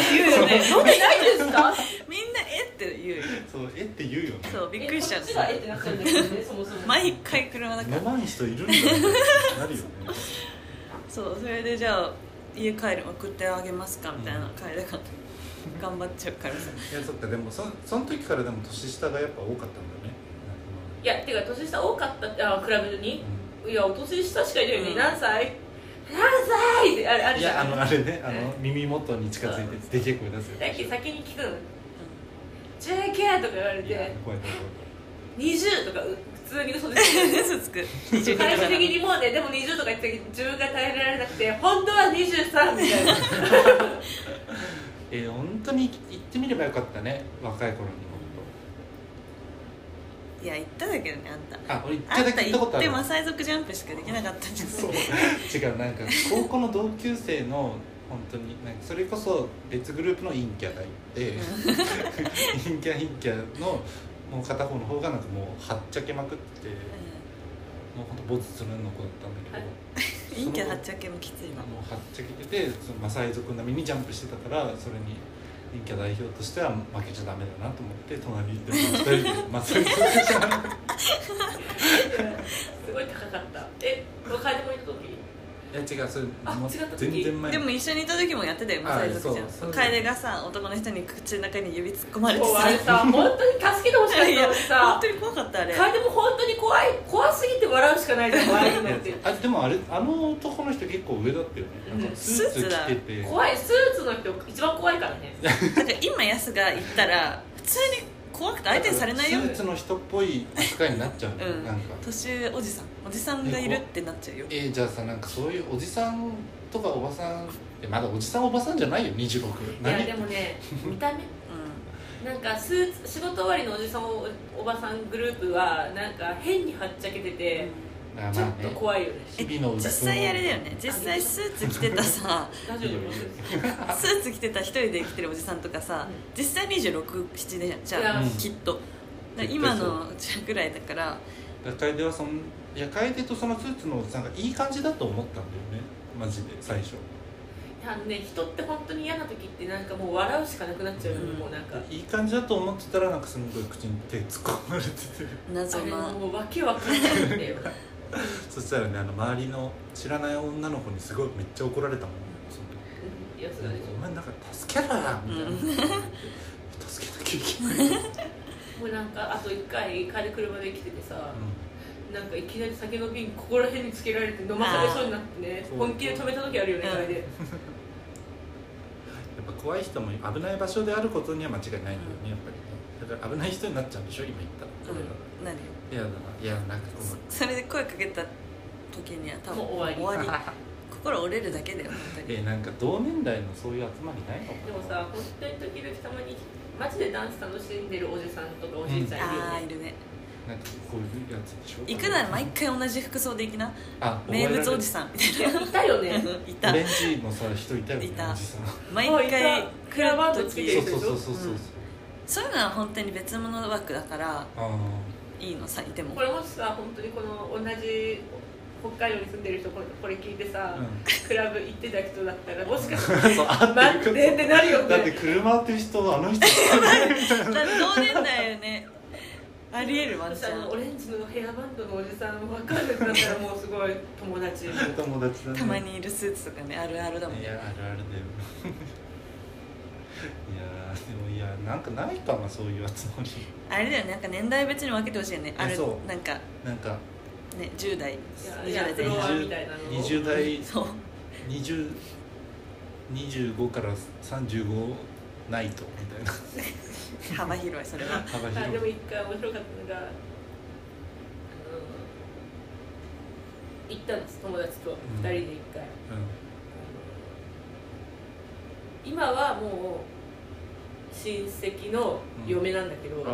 Speaker 2: 言うよね
Speaker 3: 飲んでないですか (laughs)
Speaker 2: みんなえって言うよ
Speaker 1: そうえって言うよね
Speaker 2: そうびっくりしちゃう
Speaker 3: えこっちがえってなっちゃうんだけどねそもそも
Speaker 2: 毎回車だか
Speaker 1: 飲
Speaker 2: ら
Speaker 1: まん人いるんだよねなるよね
Speaker 2: そうそれでじゃあ家帰る送ってあげますかみたいな帰れが頑張っちゃうからさ
Speaker 1: いやそっかでもそその時からでも年下がやっぱ多かったんだね
Speaker 3: いやてか年下多かったってあクラブに
Speaker 1: う
Speaker 3: いやお年下しかいないよね、
Speaker 2: うん
Speaker 3: 何歳何歳ってあれあ
Speaker 1: ん
Speaker 3: る
Speaker 1: い
Speaker 3: じ
Speaker 1: や
Speaker 3: ゃ
Speaker 1: あ
Speaker 3: ん
Speaker 1: のあれねあの耳元に近づいてでけえ声出すよ
Speaker 3: だっけ先に聞くの JK とか言われ
Speaker 1: いや
Speaker 3: て
Speaker 1: 怖い怖い怖い
Speaker 3: 20とかう普通に嘘ですよね
Speaker 2: 嘘つく22とか
Speaker 3: 最
Speaker 2: な
Speaker 3: 終
Speaker 2: の
Speaker 3: 的
Speaker 2: に
Speaker 3: にもうねでも20とか言って自分が耐えられなくて本当は23みたいな
Speaker 1: えー、本当に行ってみればよかったね若い頃に
Speaker 2: いや言っただけどねあんた
Speaker 1: 本当あ俺一
Speaker 2: あ
Speaker 1: 回
Speaker 2: ん
Speaker 1: だ
Speaker 2: た
Speaker 1: け行った
Speaker 2: 行
Speaker 1: こ
Speaker 2: っ
Speaker 1: とあ
Speaker 2: て
Speaker 1: る
Speaker 2: マサイ族ジャンプしかできなかったんです
Speaker 1: そう違うなんか高校の同級生の本当になんかそれこそ別グループの陰キャがいて陰キャ陰キャのもう片方の方がなんかもうはっちゃけまくってもう本当ボツつるんの子だったんだけど
Speaker 2: 陰キャはっ
Speaker 1: ゃ
Speaker 2: ちゃけもきついな
Speaker 1: もうはっちゃけててそのマサイ族並みにジャンプしてたからそれに陰キャ代表としては負けちゃダメだなと思って隣に行って2人でマサイ族じゃん
Speaker 3: すごい高かったえ若い子いた時
Speaker 1: や違うそれ
Speaker 3: あ
Speaker 1: もう
Speaker 3: 違ったっけ
Speaker 1: 全然前
Speaker 2: でも一緒にいた時もやってたよマサイ族じゃ
Speaker 1: あそうん
Speaker 2: 楓がさ男の人に口の中に指突っ込まれて
Speaker 3: もうあれ
Speaker 2: さ
Speaker 3: さ本当に助けてほしかっ
Speaker 2: い
Speaker 3: た
Speaker 2: や
Speaker 3: のに
Speaker 2: 本
Speaker 3: さ
Speaker 2: 当に怖かったあれ
Speaker 3: 楓も本当に怖い怖すぎて笑うしかないじゃん怖いのって
Speaker 1: あでもあれあの男の人結構上だったよねなんかスーツ着てて
Speaker 3: 怖いスーツの人一番怖いからね
Speaker 2: だから今ヤスが行ったら普通に怖くて相手にされないよ
Speaker 1: スーツの人っぽい扱いになっちゃう
Speaker 2: う
Speaker 1: の、
Speaker 2: ん
Speaker 1: なんか
Speaker 2: 年上おじさんおじさんがいるってなっちゃうよ
Speaker 1: えーじゃあさなんかそういうおじさんとかおばさんえまだおじさんおばさんじゃないよ26
Speaker 3: いや
Speaker 1: 何
Speaker 3: でもね見た目
Speaker 2: う
Speaker 3: なんかスーツ仕事終わりのおじさんおおばさんグループはなんか変にはっちゃけてて
Speaker 1: あまあ
Speaker 3: ちょっと
Speaker 1: ね
Speaker 3: 怖いよね
Speaker 1: 日々の
Speaker 2: ん
Speaker 1: うだ
Speaker 2: 実
Speaker 1: つ
Speaker 2: 際あれだよね実際スーツ着てたさ
Speaker 3: 大丈夫です
Speaker 2: スーツ着てた一人で来てるおじさんとかさ実際267でじゃ
Speaker 3: いや
Speaker 2: ん
Speaker 1: うん
Speaker 2: きっとだから今のうちらぐらいだから
Speaker 1: だから楓はそのいや楓とそのスーツのおじさんがいい感じだと思ったんだよねマジで最初
Speaker 3: あのね人って本当に嫌な時ってなんかもう笑うしかなくなっちゃうよね、
Speaker 2: うん
Speaker 3: もうなんか
Speaker 1: いい感じだと思ってたらなんかすごい口に手突っ込まれてて
Speaker 3: (laughs)
Speaker 2: 謎
Speaker 3: あれ
Speaker 2: な
Speaker 3: もうわけわかんないんだよ
Speaker 1: そしたらねあの周りの知らない女の子にすごいめっちゃ怒られたもんその時
Speaker 3: やつがでし
Speaker 1: お前なんか助けろよみたいな、助けなきゃいけ
Speaker 3: (laughs)
Speaker 1: ない、
Speaker 3: ょもうなんかあと一回帰り車で来ててさ、なんかいきなり酒の瓶ここら辺につけられて飲まされそうになってね
Speaker 1: あー
Speaker 3: 本気で止めた時あるよね、
Speaker 2: うん
Speaker 3: あれで
Speaker 1: やっぱ怖い人も危ない場所であることには間違いないんだよねやっぱりねだから危ない人になっちゃうんでしょ今言ったらこれは、
Speaker 2: 何よ
Speaker 1: いやだないやなんかこの
Speaker 2: それで声かけた時には多分
Speaker 3: もう終わ
Speaker 2: 終わり心折れるだけだよ本当
Speaker 1: え
Speaker 2: に
Speaker 1: ーなんか同年代のそういう集まりないのかな
Speaker 3: でもさ本当に時々たまにマジでダンス楽しんでるおじさんとかおじいちゃんいるよ
Speaker 2: ああ
Speaker 3: ね
Speaker 2: い、るね
Speaker 1: なんかこういうやつでしょ
Speaker 2: 行くなら毎回同じ服装で行きな
Speaker 1: あ
Speaker 2: 名物おじ
Speaker 1: さ
Speaker 2: さんみたい
Speaker 3: いたよね
Speaker 2: ない
Speaker 1: オ
Speaker 2: た
Speaker 1: レンジのさ人いたよね
Speaker 2: いた
Speaker 1: おじさん
Speaker 2: 毎
Speaker 3: あいた
Speaker 2: 回
Speaker 3: クラバン
Speaker 2: 来る
Speaker 3: ドつけてる
Speaker 2: 時
Speaker 1: そうそうそうそうそう、
Speaker 2: うんそういうのは本当に別物枠だから
Speaker 1: ああ
Speaker 2: いいのさいても
Speaker 3: これもしさ本当にこの同じ北海道に住んでる人これこれ聞いてさ、クラブ行ってた人だったらもしかしたら
Speaker 1: (laughs) そうあ
Speaker 3: 待
Speaker 1: って
Speaker 3: っ
Speaker 1: る
Speaker 3: てってなるよ
Speaker 1: だって
Speaker 3: ね
Speaker 1: 車っていう人はあの人
Speaker 2: だ同年代
Speaker 3: (laughs)
Speaker 2: よねありえるワ
Speaker 3: そ
Speaker 2: ン
Speaker 3: した
Speaker 2: ちゃ
Speaker 3: らあのオ
Speaker 2: ん
Speaker 3: レンジのヘアバンドのおじさんも分かるってなったらもうすごい友
Speaker 1: (laughs)
Speaker 3: 達
Speaker 1: 友達だね
Speaker 2: たまにいるスーツとかねあるあるだもん
Speaker 1: い
Speaker 2: ね
Speaker 1: やあるあるだよ (laughs) いやーでもいやなんかないかなそういう集まり
Speaker 2: あれだよねなんか年代別に分けてほしいよねあ
Speaker 1: え
Speaker 2: る
Speaker 1: そう
Speaker 2: なんか
Speaker 1: なんか
Speaker 2: ね10代
Speaker 3: い
Speaker 2: 20
Speaker 3: やい
Speaker 2: 代
Speaker 3: や
Speaker 2: 前半
Speaker 3: フロアみたいなの
Speaker 1: 20代
Speaker 2: そう
Speaker 1: 20 25から35ないとみたいな
Speaker 2: 幅広いそ
Speaker 3: (laughs)
Speaker 2: れは
Speaker 1: 幅
Speaker 3: あでも
Speaker 1: 広い
Speaker 3: 一回面白かったのがあの行ったんです友達と2人で一回、今はもう親戚の嫁なんだけど、
Speaker 1: うん、あ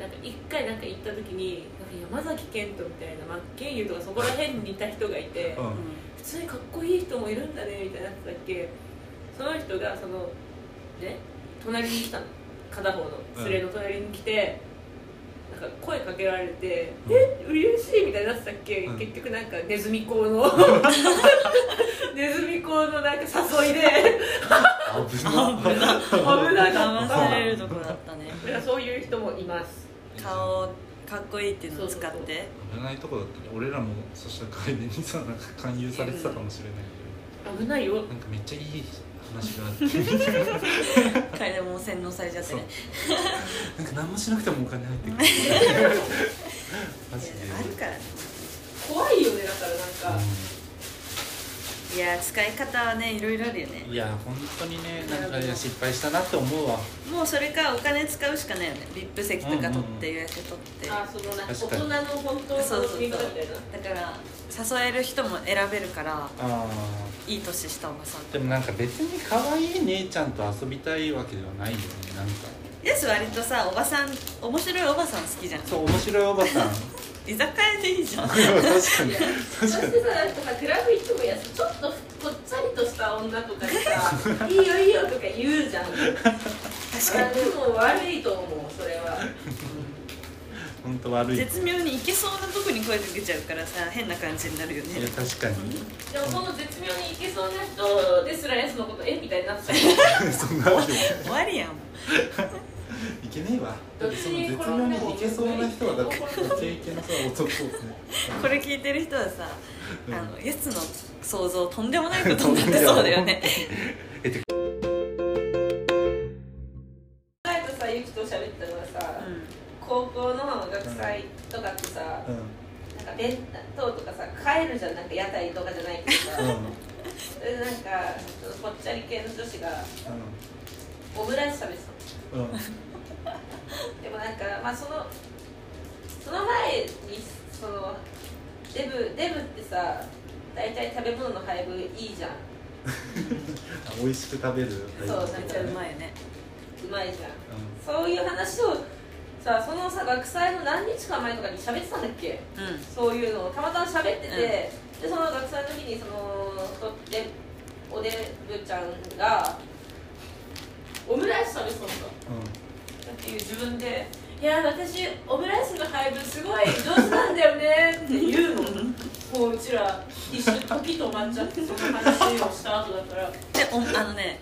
Speaker 3: なんか一回なんか行った時になんか山崎賢人みたいな真剣佑とかそこら辺にいた人がいて
Speaker 1: あ、うん、
Speaker 3: 普通にかっこいい人もいるんだねみたいなやつだっけその人がそのね隣に来たの片方の連れの隣に来て、なんか声かけられて「
Speaker 1: うん
Speaker 3: え嬉しい」みたいなやつだっけ、
Speaker 1: うん
Speaker 3: 結局なんかネズミ講
Speaker 1: (laughs)
Speaker 3: のネズミ講のなんか誘いで
Speaker 1: (laughs) 危な危な
Speaker 3: 危なか
Speaker 2: 騙
Speaker 3: っ
Speaker 2: さ
Speaker 3: た
Speaker 2: れるとこだったね
Speaker 3: いやそういう人もいます
Speaker 2: 顔かっこいいっていうのを使っ
Speaker 3: そうそう
Speaker 2: て
Speaker 1: 危ないとこだったね俺らもそしたら楓にさなんか勧誘されてたかもしれない
Speaker 3: 危ないよ
Speaker 1: けどなんかめっちゃいい話があって
Speaker 2: 楓も洗脳されちゃって
Speaker 1: そう
Speaker 2: ね
Speaker 1: なんか何もしなくてもお金入ってくるマジで
Speaker 2: いやあるからね
Speaker 3: 怖いよねだからなんか、
Speaker 2: いや使い方はねいろいろあるよね
Speaker 1: うんいや本当にねなんかいや失敗したなって思うわ
Speaker 2: もうそれかお金使うしかないよねビップ席とか取っ
Speaker 1: うんうんう
Speaker 2: て予約取って、
Speaker 3: あそのなんか
Speaker 1: 確かに
Speaker 3: 大人の本当の
Speaker 2: そうそうそう
Speaker 3: みんなみたいな
Speaker 2: だから誘える人も選べるから
Speaker 1: あ
Speaker 2: いい年したおばさん
Speaker 1: ーでもなんか別に可愛い姉ちゃんと遊びたいわけではないよねなんか
Speaker 2: やす割とさおばさん面白いおばさん好きじゃん
Speaker 1: そう面白いおばさん
Speaker 2: 居酒屋でいいじゃん
Speaker 1: 確かに
Speaker 3: そしてさなんかクラブ行ってもやつちょっとぽっちゃりとした女とかにさ「いいよいいよ」とか言うじゃんあでも悪いと思うそれは
Speaker 1: 本当悪いいや
Speaker 2: 絶妙にいけそうなとこに声かけちゃうからさ変な感じになるよね
Speaker 1: 確かに (laughs)
Speaker 3: でもその絶妙にいけそうな人ですらやつのこと「えみたいになってたよ
Speaker 1: そんなわけない
Speaker 2: 終わりやん
Speaker 1: いいけねえわだってその絶妙にいけそうな人はだって (laughs) イケイケのさ男をね
Speaker 2: これ聞いてる人はさあのやつの想像とんでもないことになってそうだよ (laughs) ね
Speaker 3: 前とさゆきと喋ったのは
Speaker 2: う
Speaker 3: さ、
Speaker 2: ん
Speaker 3: 高校の学祭とかってさ、
Speaker 1: うん
Speaker 3: なんか弁当とかさ帰るじゃんなんか屋台とかじゃないけどさ、
Speaker 1: うんうん
Speaker 3: それでなんかぽっちゃり系の女子がオムライス食べてたの
Speaker 1: うん
Speaker 3: でもなんか、まあ、そのその前にそのデブデブってさ大体食べ物の配分いいじゃん
Speaker 1: 美味しく食べる
Speaker 3: そう
Speaker 2: めっちゃうまいよね
Speaker 3: うまいじゃんそういう話をさそのさ学祭の何日か前とかに喋ってたんだっけ
Speaker 2: うん
Speaker 3: そういうのをたまたま喋ってて、
Speaker 2: うん
Speaker 3: でその学祭の時にそのとでおデブちゃんがオムライス食べてたんだ
Speaker 1: う
Speaker 3: っていう自分で「いや私オムライスの配分すごい上手なんだよね」って言うのもううちら一瞬時止まっちゃってその話をした後だから
Speaker 2: でおあのね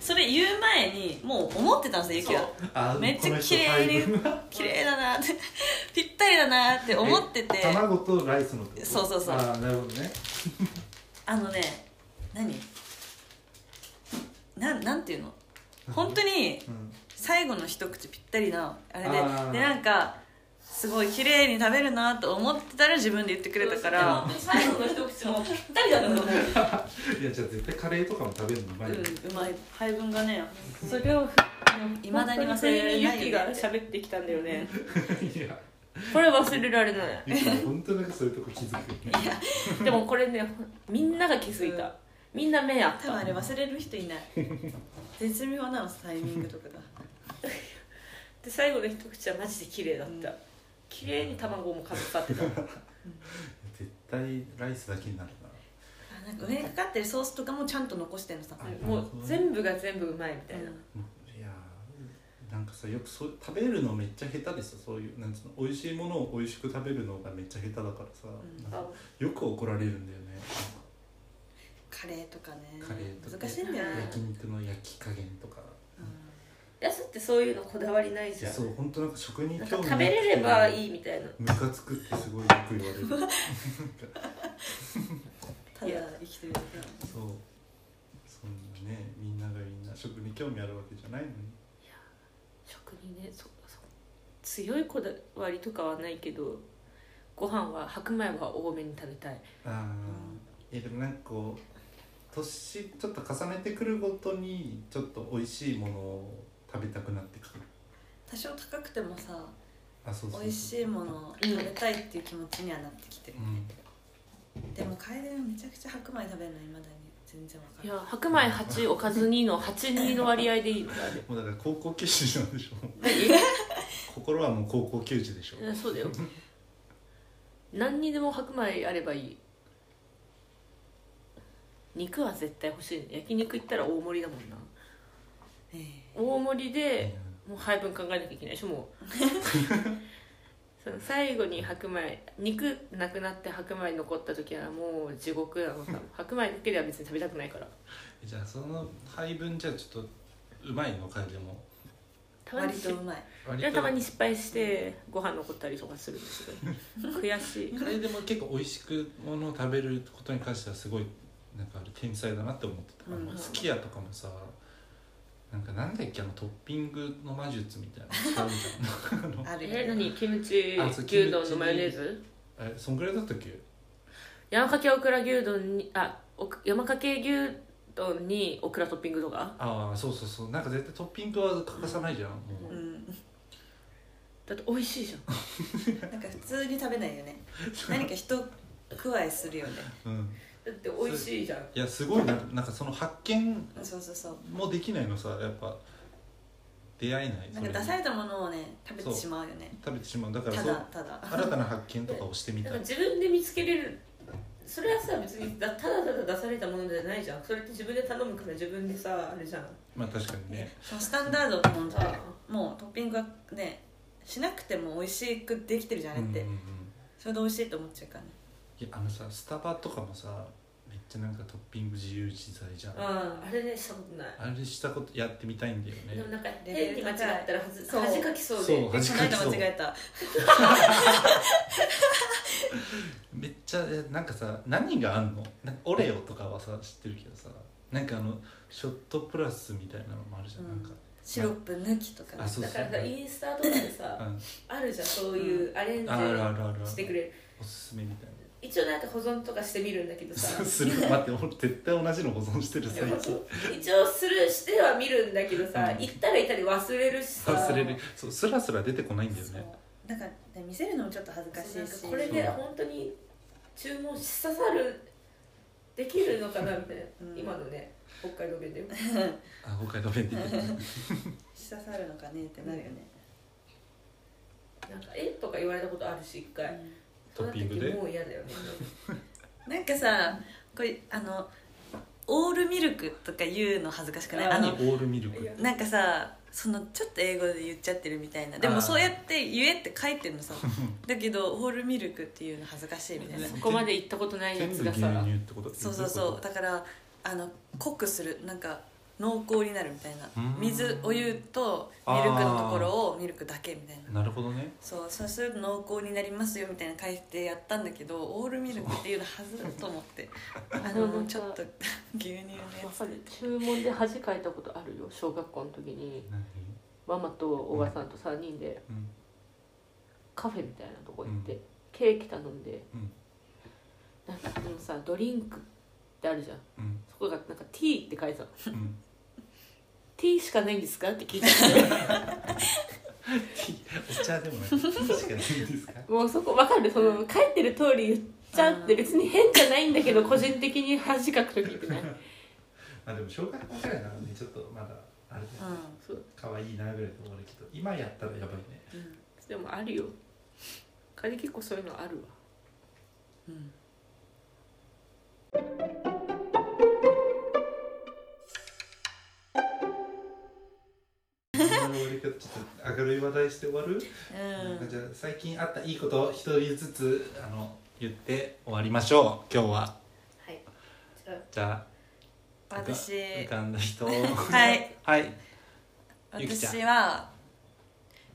Speaker 2: それ言う前にもう思ってたんですよゆきは
Speaker 3: そ
Speaker 1: ん
Speaker 2: めっちゃ綺麗に綺麗だなって (laughs) ぴったりだなって思ってて
Speaker 1: 卵とライスのってこと
Speaker 2: そうそうそう
Speaker 1: ああなるほどね
Speaker 2: あのね何なんなんていうの本当に
Speaker 1: うん
Speaker 2: 最後の一口ぴったりなあれで
Speaker 1: あー
Speaker 2: でなんかすごい綺麗に食べるなと思ってたら自分で言ってくれたから
Speaker 3: 本当に最後の一口もぴったりだったの
Speaker 1: いやじゃあ絶対カレーとかも食べるのうま
Speaker 2: う
Speaker 1: い
Speaker 2: ん
Speaker 1: よね
Speaker 2: うまい配分がね
Speaker 4: それを
Speaker 2: いまだに忘れられないよ
Speaker 4: が
Speaker 2: ね
Speaker 4: 喋ってきたんだよね
Speaker 1: (laughs) いや
Speaker 4: これ忘れられない
Speaker 1: ゆきは本当なんかそういうとこ気づくよね
Speaker 4: でもこれねみんなが気づいた、
Speaker 2: うん
Speaker 4: みんな目あっ
Speaker 2: 多分
Speaker 4: た
Speaker 2: あれ忘れる人いない絶妙なのタイミングとかが
Speaker 4: で最後の一口はマジで綺麗だった、
Speaker 2: うん
Speaker 4: 綺麗に卵もかぶさってた
Speaker 1: 絶対ライスだけになるな
Speaker 2: あなんか上にかかってるソースとかもちゃんと残してんのさ、
Speaker 1: はい
Speaker 4: もう全部が全部うまいみたいな、
Speaker 1: いやーなんかさよくそう食べるのめっちゃ下手でさそういうなんつうの美味しいものを美味しく食べるのがめっちゃ下手だからさ、
Speaker 2: ん
Speaker 1: なん
Speaker 3: あ
Speaker 1: かよく怒られるんだよね
Speaker 2: カレーとかね
Speaker 1: カレーとか
Speaker 2: 難しいんだよね
Speaker 3: うん
Speaker 1: 焼肉の焼き加減とか
Speaker 4: やすってそういうのこだわりない
Speaker 1: い
Speaker 4: じゃ
Speaker 1: や
Speaker 4: ん
Speaker 1: そう本当なんか食に
Speaker 4: なんか
Speaker 1: 興味
Speaker 4: 食べれれば
Speaker 1: い
Speaker 4: いいみたいな
Speaker 1: ムカつくってすごいよく言われるなんか
Speaker 2: ただ生きてるだけなの
Speaker 1: そうそんなねみんながみんな食に興味あるわけじゃないのに
Speaker 4: 食にねそそ強いこだわりとかはないけどご飯は白米は多めに食べたい
Speaker 1: ああ、いやでもなんかこう年ちょっと重ねてくるごとにちょっと美味しいものを食べたくなってくる
Speaker 2: 多少高くてもさ
Speaker 1: あそうそうそう
Speaker 2: 美味しいものを食べたいっていう気持ちにはなってきてる、
Speaker 1: うん
Speaker 2: でも楓はめちゃくちゃ白米食べるのいまだに全然わか
Speaker 4: い
Speaker 2: る
Speaker 4: や白米8おかず2の82の割合でいいのあれ
Speaker 1: もうだから高校球児なんでしょ (laughs) 心はもう高校球児でしょ
Speaker 4: うんそうだよ何にでも白米あればいい肉は絶対欲しいね焼肉行ったら大盛りだもんな
Speaker 2: え
Speaker 4: 大盛り
Speaker 1: うん
Speaker 4: でもう配分考えなきゃいけないでしょも
Speaker 2: (laughs)
Speaker 4: うその最後に白米肉なくなって白米残った時はもう地獄なのさ白米だけでは別に食べたくないから
Speaker 1: じゃあその配分じゃあちょっとうまいのかでも
Speaker 4: たまに
Speaker 2: 割とうまい
Speaker 1: (laughs) 割
Speaker 4: いやたまに失敗してご飯残ったりとかするんです
Speaker 2: (laughs)
Speaker 4: けど悔しい
Speaker 1: カレーでも結構美味しくものを食べることに関してはすごいなんかあれ天才だなって思ってた、
Speaker 2: うん
Speaker 1: あのすき家とかもさなんかなんだっけあのトッピングの魔術みたいなの使うじゃんあの
Speaker 2: ある
Speaker 4: え何キムチ
Speaker 1: あそう
Speaker 4: 牛丼のマヨネーズ
Speaker 2: (laughs)
Speaker 1: えそんぐらいだったっけ
Speaker 4: 山かけオクラ牛丼にあおく山かけ牛丼にオクラトッピングとか
Speaker 1: ああそうそうそうなんか絶対トッピングは欠かさないじゃん、も
Speaker 2: う、
Speaker 1: うん
Speaker 4: だって美味し
Speaker 2: (laughs)
Speaker 4: いじゃん
Speaker 2: なんか普通に食べないよね何か一加えするよね
Speaker 1: うん、
Speaker 4: だって美味しいじゃん
Speaker 1: いやすごいななんかその発見
Speaker 2: そうそうそう
Speaker 1: もできないのさやっぱ出会えない
Speaker 2: なんか
Speaker 1: それ
Speaker 2: 出されたものをね食べてしまうよね
Speaker 1: 食べてしまうだから
Speaker 2: た
Speaker 1: そ
Speaker 2: だ
Speaker 1: う
Speaker 2: ただ
Speaker 1: 新たな発見とかをしてみ
Speaker 4: だ
Speaker 1: た
Speaker 2: (laughs)
Speaker 4: から
Speaker 1: い
Speaker 4: 自分で見つけれるそれはさ別にだただただ出されたものじゃないじゃんそれって自分で頼むから自分でさあれじゃん
Speaker 1: まあ確かにね
Speaker 2: (laughs) そのスタンダードって本当に
Speaker 4: あ
Speaker 2: もうトッピングはねしなくても美味しくできてるじゃんあ
Speaker 1: う
Speaker 2: れ
Speaker 1: んう
Speaker 2: っ
Speaker 1: んう
Speaker 2: て、
Speaker 1: ん
Speaker 2: それで美味しいと思っちゃうからね
Speaker 1: いやあのさスタバとかもさめっってなんかトッピング自由自在じゃん、
Speaker 3: うんあれねしたことない
Speaker 1: あれしたことやってみたいんだよ
Speaker 3: でも
Speaker 1: ね
Speaker 3: なんか変に間違ったらはず
Speaker 2: そう
Speaker 3: 恥かきそう
Speaker 1: そう
Speaker 3: で
Speaker 1: 恥
Speaker 2: こ
Speaker 1: ず
Speaker 2: の
Speaker 1: かし
Speaker 2: 間
Speaker 1: そう
Speaker 2: 間違えた
Speaker 1: めっちゃえなんかさ何があんのなんかオレオとかはさ知ってるけどさなんかあのショットプラスみたいなのもあるじゃん、
Speaker 2: うん
Speaker 1: なんか
Speaker 2: シロップ抜きとかね
Speaker 1: あそう
Speaker 3: だ
Speaker 1: そう
Speaker 3: からさインスタとかで
Speaker 1: う
Speaker 3: さ
Speaker 1: ん
Speaker 3: あるじゃんそういうアレンジ
Speaker 1: あるあるあるあ
Speaker 3: してく
Speaker 1: る
Speaker 3: れる
Speaker 1: おすすめみたいな (laughs)
Speaker 3: 一応なんか保存とかしてみるんだけどさ
Speaker 1: する待って俺絶対同じの保存してる
Speaker 3: (laughs)
Speaker 2: (laughs)
Speaker 1: 最近
Speaker 3: 一応するしては見るんだけどさ
Speaker 1: うん
Speaker 3: 行ったら行ったり忘れるしさ
Speaker 1: 忘れるそうスラスラ出てこないんだよ
Speaker 2: そう
Speaker 1: ね
Speaker 2: なんか、ね、見せるのもちょっと恥ずかし
Speaker 3: なん
Speaker 2: い
Speaker 3: か
Speaker 2: し
Speaker 3: これで本当に注文し刺さるできるのかなみたいな、
Speaker 2: うん
Speaker 3: 今のね北海道弁で
Speaker 1: あ北海道弁出てる
Speaker 2: (laughs) し刺さるのかねってなるよね、
Speaker 3: なんか「えとか言われたことあるし一回、
Speaker 1: トッピングで
Speaker 3: その時もう嫌だよね
Speaker 2: なんかさこれあのオールミルクとか言うの恥ずかしくないあ
Speaker 1: 何オ
Speaker 2: の
Speaker 1: ールミルクって
Speaker 2: なんかさそのちょっと英語で言っちゃってるみたいなで
Speaker 1: あー
Speaker 2: もそうやって言えって書いてんのさだけどオールミルクっていうの恥ずかしいみたいな
Speaker 1: ね
Speaker 3: そこまで行ったことないや
Speaker 1: 全
Speaker 3: つ
Speaker 1: 部
Speaker 3: が
Speaker 1: 牛
Speaker 3: さ
Speaker 1: 乳ってこと
Speaker 2: そうそうそうだからあの濃くするなんか濃厚になるみたいな
Speaker 1: うん
Speaker 2: 水お湯とミルクのところをミルクだけみたいな
Speaker 1: なるほどね
Speaker 2: そうそうすると濃厚になりますよみたいな書いてやったんだけどオールミルクっていうのはずだと思ってあ
Speaker 3: でも
Speaker 2: の
Speaker 3: なんか
Speaker 2: ちょっと牛乳のやつ
Speaker 3: 注文で恥かいたことあるよ小学校の時に
Speaker 1: 何
Speaker 3: ママとおばさんと3人で
Speaker 1: うん
Speaker 3: カフェみたいなとこ行って、
Speaker 1: うん
Speaker 3: ケーキ頼んで、
Speaker 1: うん
Speaker 3: なんかでもさドリンクってあるじゃん
Speaker 1: うん
Speaker 3: そこがなんか「T」って書いてたの「
Speaker 1: うん、
Speaker 3: T しかないんですか?」って聞いて
Speaker 1: (laughs) お茶でもないティーしかないんですか
Speaker 3: もうそこわかるその書いてる通り言っちゃって
Speaker 2: うん
Speaker 3: 別に変じゃないんだけど個人的に恥かく時ってない
Speaker 1: あでも小学校くらいなのでちょっとまだあれだ
Speaker 2: う
Speaker 1: よね
Speaker 3: (laughs) そう
Speaker 1: 可愛いなぐらいと思うけど今やったらやばいね
Speaker 2: んうん
Speaker 3: でもあるよカニ結構そういうのあるわ
Speaker 2: うん
Speaker 1: こんな終わり方ちょっと明るい話題して終わる、
Speaker 2: うん
Speaker 1: じゃあ最近あったいいことを一人ずつあの言って終わりましょう今日は
Speaker 3: はいじゃ
Speaker 1: じゃあ
Speaker 2: 私
Speaker 1: 浮か浮かんだ人
Speaker 2: (laughs) はい
Speaker 1: はいゆきちゃん
Speaker 2: 私は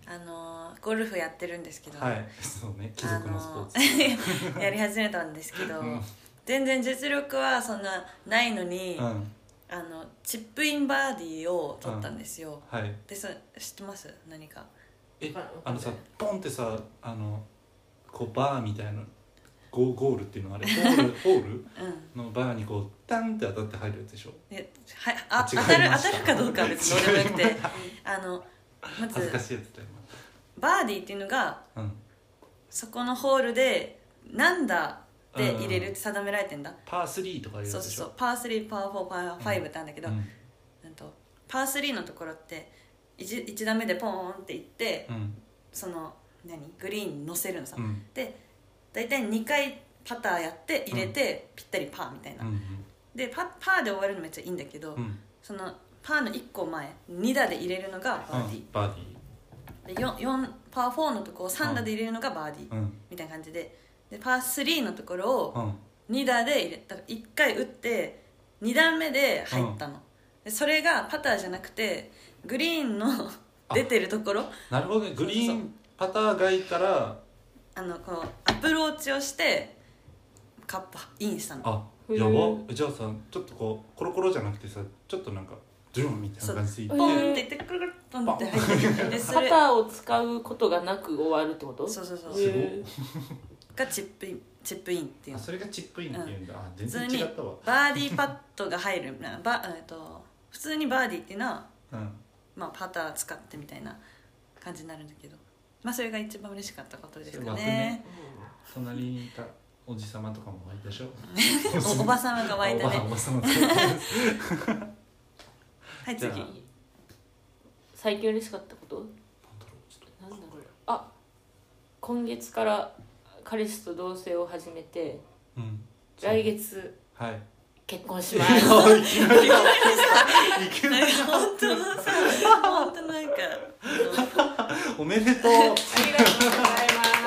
Speaker 2: あのゴルフやってるんですけど、
Speaker 1: はいそうね貴
Speaker 2: あ
Speaker 1: 族のスポーツ、
Speaker 2: の (laughs) やり始めたんですけど、
Speaker 1: うん
Speaker 2: 全然実力はそんなないのに、
Speaker 1: う
Speaker 2: あ
Speaker 1: ん
Speaker 2: のチップインバーディーを取ったんですよ、
Speaker 1: はい
Speaker 2: でそ知ってます何か
Speaker 1: え
Speaker 3: わかんない
Speaker 1: あのさポンってさあのこうバーみたいなゴゴールっていうの
Speaker 2: (laughs)
Speaker 1: あれホールホール
Speaker 2: うん
Speaker 1: のバーにこうダンって当たって入るやつでしょ
Speaker 2: ではいあ
Speaker 1: 違
Speaker 2: 当
Speaker 1: いま
Speaker 2: たる
Speaker 1: した
Speaker 2: 当たるかどうかは別にどうでもよく
Speaker 1: 違い
Speaker 2: てあのま
Speaker 1: 恥ず
Speaker 2: ず
Speaker 1: かしいやつだよ
Speaker 2: バーディーっていうのが
Speaker 1: 今うん
Speaker 2: そこのホールでなんだって入れるって定められてんだ、
Speaker 1: パー3とかいう
Speaker 2: そ
Speaker 1: やつ
Speaker 2: うそ
Speaker 1: で
Speaker 2: う
Speaker 1: し
Speaker 2: そ
Speaker 1: ょ
Speaker 2: うパー3パー4パー5ってあるんだけど、
Speaker 1: うん
Speaker 2: うんとパー3のところって 1, 一打目でポーンっていって、
Speaker 1: うん
Speaker 2: その何グリーンに乗せるのさ、
Speaker 1: うん
Speaker 2: で大体2回パターやって入れて、ぴったりパーみたいな、
Speaker 1: うん
Speaker 2: でパパーで終わるのめっちゃいいんだけど、
Speaker 1: うんうん
Speaker 2: そのパーの1個前2打で入れるのがバーディー、
Speaker 1: バーデ
Speaker 2: でよんよんパー4のとこを3打で入れるのがバーディ
Speaker 1: ィ
Speaker 2: ー
Speaker 1: ーうん
Speaker 2: みたいな感じででパー3のところを
Speaker 1: うん
Speaker 2: 2打で入れた1回打って2段目で入ったの、でそれがパターじゃなくてグリーンの出てるところ
Speaker 1: なるほどねグリー
Speaker 2: そうそう
Speaker 1: ンパター外から
Speaker 2: あのこうアプローチをしてカップインしたの
Speaker 1: あ
Speaker 3: へー
Speaker 1: やばえじゃあさちょっとこうコロコロじゃなくてさちょっとなんかジュンみたいな感じでいっ
Speaker 2: ポ
Speaker 1: て
Speaker 3: う
Speaker 2: ンっていってくるくるポンって入ってでそ
Speaker 3: パ
Speaker 2: れ
Speaker 3: ターを使うことがなく終わるってこと
Speaker 2: そうそうそう
Speaker 1: すごっ
Speaker 3: へ
Speaker 2: がチップインチップインっていう
Speaker 1: あ
Speaker 2: の
Speaker 1: それがチップインっていうんだ、あ全
Speaker 2: 普通
Speaker 1: 然
Speaker 2: に
Speaker 1: 違ったわ
Speaker 2: バーディーパットが入るなバ、えっと、普通にバーディーっていうのは、
Speaker 1: うん
Speaker 2: まあ、パター使ってみたいな感じになるんだけど、まあ、それが一番嬉しかったことですか
Speaker 1: 枠
Speaker 2: ね
Speaker 1: ね隣にいたおじさまとかも湧いたでしょ
Speaker 2: おおば様が湧いた
Speaker 1: あお
Speaker 2: ね
Speaker 1: ばさま
Speaker 2: はい
Speaker 1: じゃ
Speaker 2: 次
Speaker 1: あ
Speaker 2: う
Speaker 1: なんんだろ
Speaker 3: 最近嬉しかったこと
Speaker 1: うちょっ
Speaker 3: なんだろうあ今月から彼氏と同棲を始めて
Speaker 1: とうん
Speaker 3: 来月
Speaker 1: はい
Speaker 3: 結婚します
Speaker 1: い
Speaker 3: (laughs)
Speaker 1: けない
Speaker 2: 本当のさ本当なんか
Speaker 1: おめでとう
Speaker 3: ありがとうございます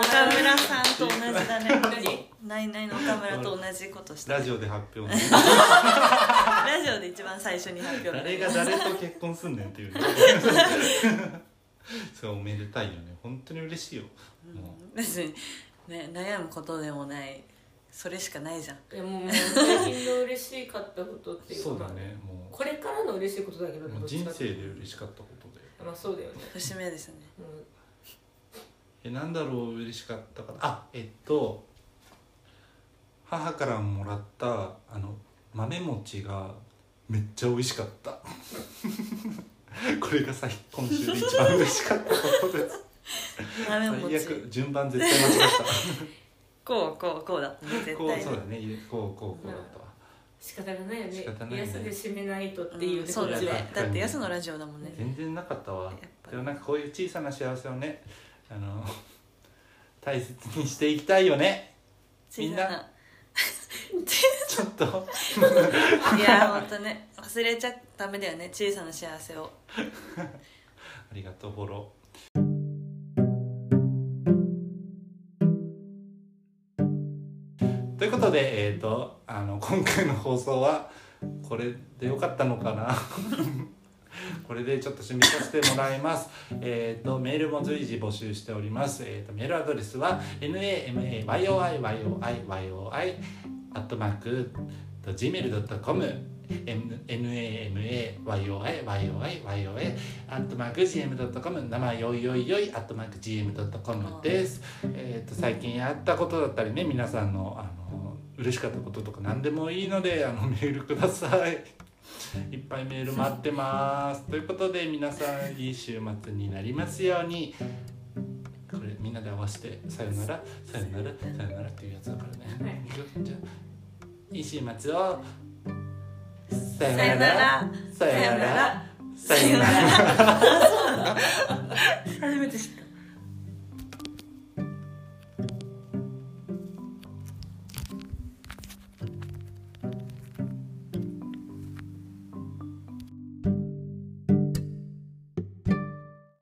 Speaker 3: (laughs)
Speaker 2: 岡村さんと同じだね何ないないの岡村と同じことした
Speaker 1: ラジ
Speaker 2: オ
Speaker 1: オで発表ね
Speaker 2: ラジオで一番最初に発表
Speaker 1: 誰が誰と結婚すんねんっていうね (laughs) そうおめでたいよね本当に嬉しいよ、もう
Speaker 2: 別に、 (laughs) ね、悩むことでもないそれしかないじゃん
Speaker 4: いやもうもう最近の嬉しかったことっていうか
Speaker 1: そうだねも
Speaker 4: これからの嬉しいことだけど
Speaker 1: う
Speaker 4: ね
Speaker 1: も
Speaker 4: ど
Speaker 1: う
Speaker 4: っち
Speaker 1: 人
Speaker 4: かって
Speaker 1: 生
Speaker 4: いう
Speaker 1: で嬉しかったことで
Speaker 4: まあそうだよね、
Speaker 2: 節目ですね
Speaker 4: うん
Speaker 1: えなんだろう嬉しかったかあえっと母からもらったあの豆餅がめっちゃ美味しかった (laughs) これが最今週で一番嬉しかったこと (laughs) です
Speaker 2: 豆
Speaker 1: 最
Speaker 2: 餅
Speaker 1: 悪順番 (laughs) 絶対間違った
Speaker 2: こうこうこうだったね絶対
Speaker 1: こうそうだね入れこうこうこうだったわ
Speaker 4: 仕方がないよね
Speaker 1: 仕方ないね
Speaker 4: 安で締めないとっ
Speaker 2: うん
Speaker 4: ていうね、
Speaker 2: そうだ
Speaker 4: こっちは
Speaker 2: ねだってやすのラジオだもんね
Speaker 1: 全然なかったわ
Speaker 2: やっぱり
Speaker 1: でもなんかこういう小さな幸せをねあの (laughs) 大切にしていきたいよねみんなちょっと
Speaker 2: 小さないや本当ね忘れちゃダメだよね小さな幸せを
Speaker 1: ありがとうフォロー。ということで、えー、とあの今回の放送はこれでよかったのかなこれでちょっと締めさせてもらいます。えっ、と、メールも随時募集しております。えっ、と、メールアドレスは、namayoiyoiyoi アットマーク gmail.com namayoiyoiyoi アットマーク gm.com 生よいよいよいアットマーク gm.com です、えー、と最近やったことだったりね皆さんのあの嬉しかったこととか何でもいいのであのメールくださいいっぱいメール待ってますということで皆さんいい週末になりますようにこれみんなで合わせてさよならさよならさよならっていうやつだからね、いくよじゃあいい週末をさよ
Speaker 2: さよなら
Speaker 1: さよなら
Speaker 2: さよなら初めて知った